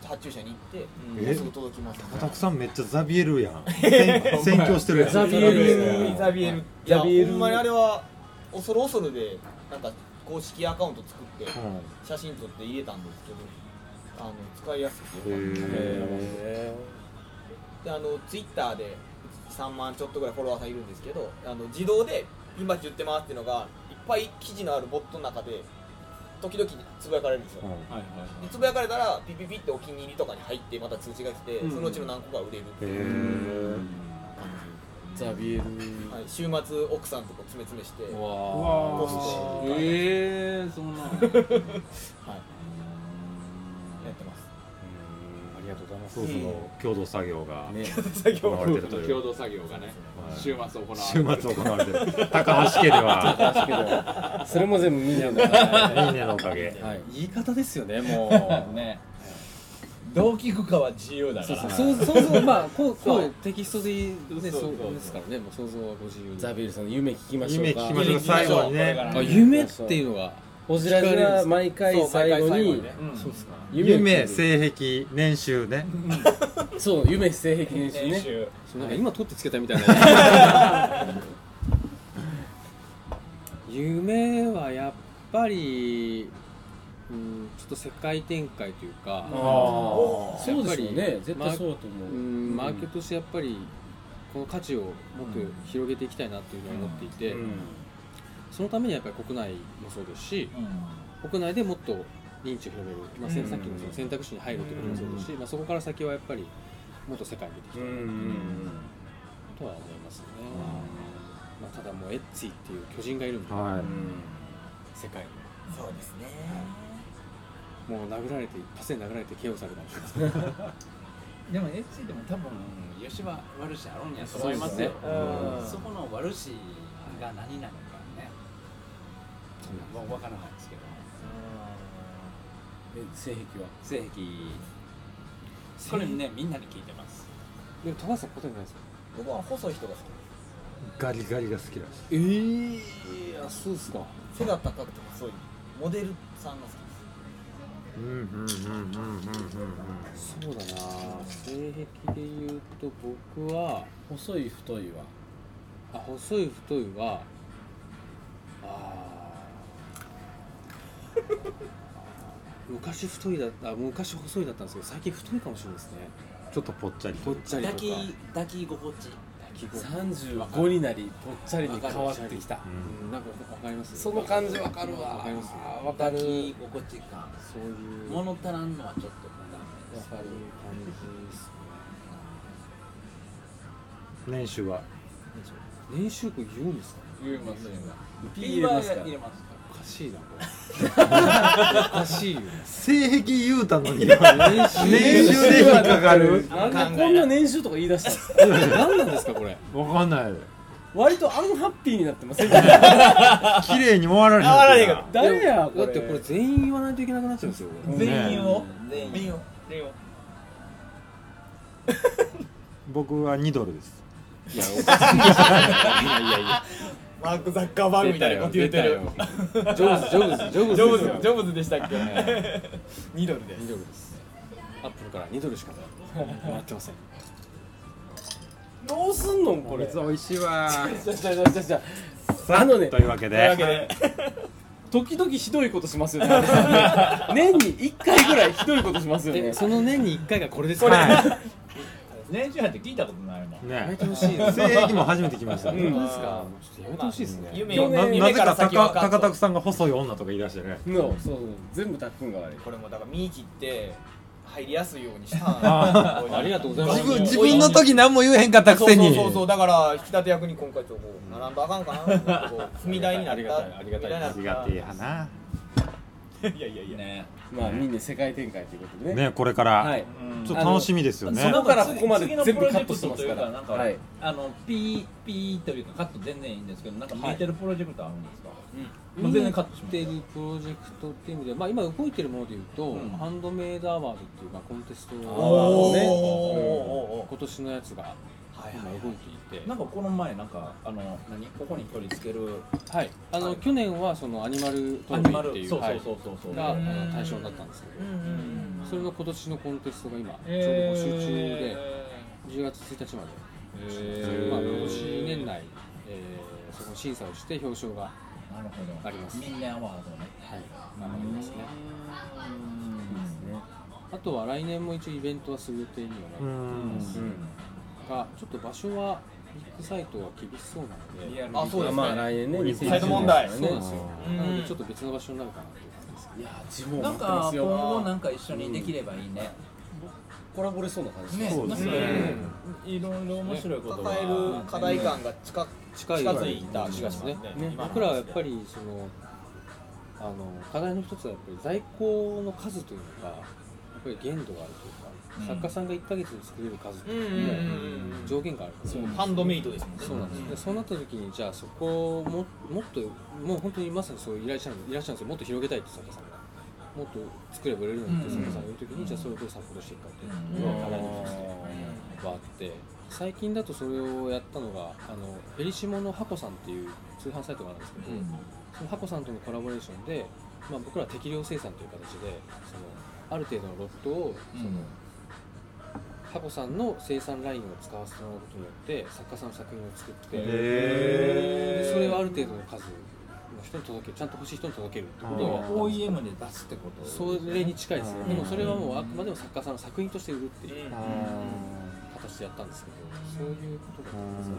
発注者に行ってもうすぐ届きます
おたくさんめっちゃザビエルやん宣宣教してるやん
ザビエルザビエルいや
ザビエル
ほんまにあれは恐る恐るでなんか公式アカウント作って
うん
写真撮って入れたんですけどあの使いやすくて
へ
よかった
ー
であのツイッターで3万ちょっとぐらいフォロワーさんいるんですけどあの自動で「今言ってます」っていうのがいっぱい記事のあるボットの中で時々つぶやかれるんですよ、でつぶやかれたらピピピってお気に入りとかに入ってまた通知が来て、
うん
そのうちの何個か売れるっていう
ザビエル
はい、週末奥さんとこ詰め詰めして
わー
ポスト
ええそんな
はいやってます
ありがとうございますそろそろ共同作業が
ね
行われてるという
共同作業がね
はい
週末行われてる
週末行われてる高橋家では
高橋家ではそれも全部ミネのおかげ
ミネのおかげ
はい
言い方です よねもうね
どう聞くかは自由だ
そうそう
そ
想
う
像
そう
想像まあこうこ
そう
うテキストでね
そう
そ
そう
う
そう
ですからねもう想像はご自由に
ザビエルさんの夢聞きましょうか
夢聞きましょう最後にね
あ
あ
夢
夢
っ
ってて
い
いうう
の
の
は
は
ホジラジは毎回
そう毎
最
回最
後
後
に
にね
そうですか
夢性癖年収ね
そう夢性癖年収ね
そうなんか今取ってつけたみたいな 夢はやっぱりうんちょっと世界展開というか
あー
やっぱり
そうですよね絶対そうだと思うん
マーケットとしてやっぱりこの価値をもっ
うん
と広げていきたいなというふうに思っていて、そのためにはやっぱり国内もそうですし、国内でもっと認知を広げる、まあ、
うん
さっきのその選択肢に入るということもそうですし、まあ、そこから先はやっぱりもっと世界に出ていきたいなとは思いますね。まあ、ただもうエッチっていう巨人がいるんで、
はい
世界に
そうですね
もう殴られて一発で殴られて KO されたかもしれないですね
でも FC でも多分吉羽悪しあろうんやと思いますよ
そうですねうん
そこの悪しが何なのかね僕分からないですけど
え性癖は
性癖これねみんなに聞いてます
でも高橋さん答えないですよ
僕は細い人が好き
ガリガリが好きだ
ええー、あそうですか
背が高くて細いモデルさんが好きです
うんうんうんうんうんうん
そうだな性癖で言うと僕は
細い太いは
あ細い太いはあー昔太いだったあ昔細いだったんですけど最近太いかもしれないですね
ちょっとぽっちゃり
ぽっちゃり
抱
とか
き抱き心地
35になりぽっちゃりに変わってきた
うんなんかわかります
その感じわかるわ
わかります
あーわか
抱
る
き心地か
そういう
物足らんのはちょっとダメです
そういう感じです
年収は
ね年収区言うんですか
言えますね
P は入れ
ますか
おかしいなこれおかしいよ
性癖言うたの に年収で引っかかる
あんなこんな年収とか言い出した
何なんですかこれ
わかんない
割とアンハッピーになって ません
綺麗に終わられへん
誰や
だってこれ全員言わないといけなくなっちゃうんですよこれ
全員を
全員
を全員を
僕は2ドルです
いやおかしい ですよいやいやいや
マーク・ザッカーバーグみたいなこと言ってる
出たよジョブズジョブズジョブズ
ジョブズジョブズでしたっけ2ドルです
2ドルですアップルから2ドルしかもらってません
どうすんのこれ
美味しいわ
じゃじゃじゃじゃじゃあのね
というわけで
時々ひどいことします よね年に1回ぐらいひどいことしますよね
その年に1回がこれですから
は
年収なんて聞いたことないもん
い
やめ
ね
てほしいです
性癖も初めて来ました
うん
本当ですかちょっとやめてほしいですね
夢
なな
夢
ぜ
から
か
先は
高
カ
高
ット
田さんが細い女とか言い出してね
そうそうそう全部たっくんが悪い
これもだから見切って入りやすいようにしたん
あ
こういうの
ありがとうございます
自分自分の時何も言えへんかったくせに
そうそうそうそうだから引き立て役に今回ちょっとこう並んだらあかんかなと思ってこう踏み台になった
ありがたいありがたい
ありがてえやない
やいやいや
ね
まあみんな世界展開ということでね
ねこれから、
はい
ちょっと楽しみですよね
あのそこからここまで
次の
全部カットしてますから
プロジェクトという
は
ないんかあのピーピーというかカット全然いいんですけどなんか見えてるプロジェクトあるんですか、もう全然カットし
見て
ます
るプロジェクトっていう意味では、まあ、今動いてるものでいうと、
うん
ハンドメイドアワードっていう、まあ、コンテスト
お
ね
ー
うん今年のやつが今動いていて、
なんかこの前なんかあの何ここに取り付ける
はい、あの、
はい
去年はそのアニマルト
ア
ロ
ニ
フィ
マ
ー
ル
っていう
そう
は
そ
いう
そうそうそう、
があ
うん
の対象だったんですけ
う
ど、
んうんうん
それの今年のコンテストが今、
えー
ちょうど募集中で、10月1日まで、
え
まあ、今年年内、えーその審査をして表彰が
なるほど
あります
ミンネアワードね
はい、まあありますね。
うん
あとは来年も一応イベントはする予定には
う
なっ
ん
てが、ちょっと場所はビッグサイトは厳しそうなので、
あそうです
まあ
ね
来年ね
うん
サイド問題
2021
そうなん
ね
ですよ。
うん
なのでちょっと別の場所になるかなっていう感じです。
いやー地
な
方
ん
待ってま
か
す
今
よ
後なんか一緒にできればいいね、
コラボれそうな感じ
ね
そうですね
いろいろ面白いことが
抱える課題感が近近づいた気がしますね
ね
僕らはやっぱりそのあの課題の一つはやっぱり在庫の数というか、やっぱり限度があるというか、
うん
作家さんが1ヶ月で作れる数って
うんうん
いうのも
うん
上限があるから。
ハンドメイドですもんね
そうなんです、でそうなった時にじゃあそこをももっともう本当にまさにそういう依頼者のいらっしゃるんですよもっと広げたいって作家さんがもっと作れば売れるのにって作家さんが言う時に、じゃあそれをどうサポートしていくかっていうのが課題の一つではあって最近だとそれをやったのがあのフェリシモのハコさんっていう通販サイトがあるんですけど、そのハコさんとのコラボレーションで、まあ、僕ら適量生産という形でそのある程度のロットをその、ハコさんの生産ラインを使わせてもらうことによって作家さんの作品を作って、でそれをある程度の数の人に届けるちゃんと欲しい人に届けるってことをやったんです
OEM で出すってこと
それに近いですね
うん
でもそれはもうあくまでも作家さんの作品として売るっていう
あ
形でやったんですけどそういうことだったんですよね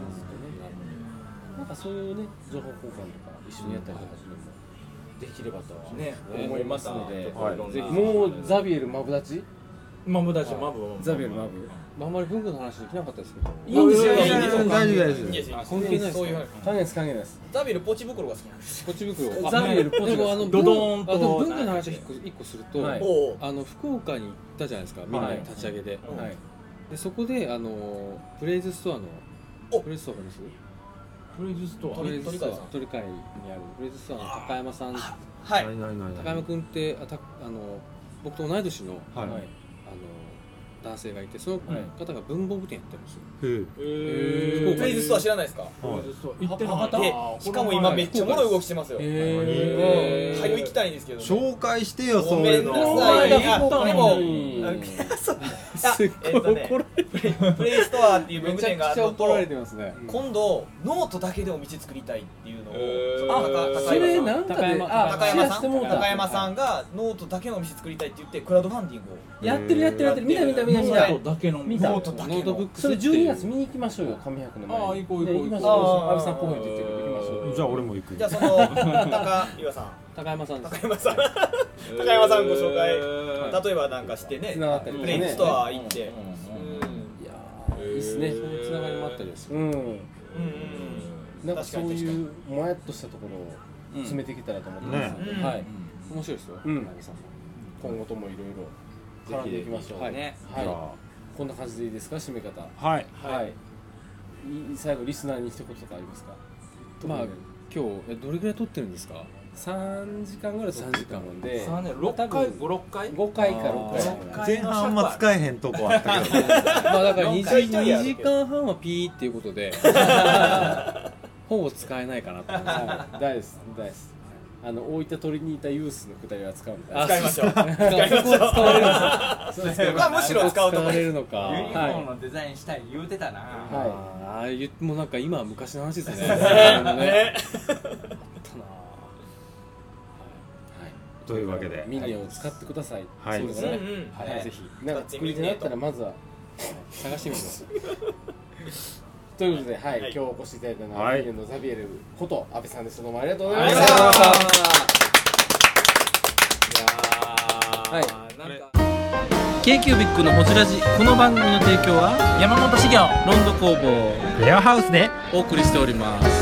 なんかそういうね情報交換とか一緒にやったりとかするのもできればとは
ね
思いますので
ーはい
もうザビエルマブダチ
マブだしマブマブ
ザビエルマブ
あんまり文具の話できなかったですけど
いいんですよ
あ
いいんですよ
大丈夫
いいんですよ
あ関係ないです
そういう
か
関係です関係ないです
ザビエルポチ袋が好きなんです
ポチ袋
ザビエルポチ袋
でもあの
ドドーンと
あでも文具の話一個一個すると、
はい
あの福岡に行ったじゃないですかみんなで立ち上げで,、
はい
でそこであのプレイズストアのプレイズストアわかります
プレイズストア
プレイズストア
鳥
鳥海にあるプレイズストアの高山さん
はい
ないないないない
高山君ってあたあの僕と同い年の、
はい
あの男性がいてその方が文房具店やってるんですよ、
へープレイズストア知らないですか
はい
行ってなか
った
しかも今めっちゃおもろい動きしてますよ
へー
うん早く行きたいんですけど
紹介してよ
ご
そう
め
いう
な
んの
さいいやでも
すっ
ごい怒られプレイストアっていう文具店があるのと
てますね
今度ノートだけでお店作りたいっていうのをその高
それなんかで
高山
あ
高山
シェア
さ
して
ん
もうた
高山さんがノートだけのお店作りたいって言ってクラウドファンディングを
やってるやってるやってる見た見た見た見た
ノートだけの
見た
ノートだけの
ノートブックスそれ12月見に行きましょうよ上百の前に
ああ行こう行こう
ね行きまし
行こう
ょう安倍さん候補に出てる行きましょう
じゃあ俺も行く
じゃあその高岩さん
高山さん
高山さん 高山さんご紹介例えばなんかしてね
繋がったりと
プ
かね
レインストア行って
いいっすねそう
いうつながりもあったりです
うんなんかそういうもやっとしたところを詰めてきたらと思ってますので
ね
はい
面白いですよ、
うん
高山さん
今後ともいろいろ絡んでいきましょう
はい
はい
じゃあ
こんな感じでいいですか締め方
はい
はいいい最後リスナーに一言とかありますか
まあ今日えどれぐらい撮ってるんですか
3時間ぐらい3時間なんで
三時間
6回56回5回か6回
前半あんま使えへんとこあったけど
まあだから2
四回
時
ちょいやるけ
時間半はピーっていうことでほぼ使えないかなと思います
はい大です大ですあの大分取りにいたユースのくだりは使うんで
あ使いましょう
そ
使いましょう
そこ使われるの
それ使いましょうまあむしろ使うとこ
使われるのか
ユニフォーム
のデザインしたい言うてたなは
ああいうもうなんか今は昔の話です ね
ね
あったな
というわけで
いミニオンを使ってください
はい
そうですね
うんうん
は
はいい
ぜひなんか作り手だったらまずは探してみてくださいということで、はい、今日お越しいただいたのは、
はい
ミニオンのザビエルこと安倍さんでした。どうもありがとうございました。
ありがとうございま
はい。
k q b i c のホジラジこの番組の提供は山本資源ロンド工房レアハウスでお送りしております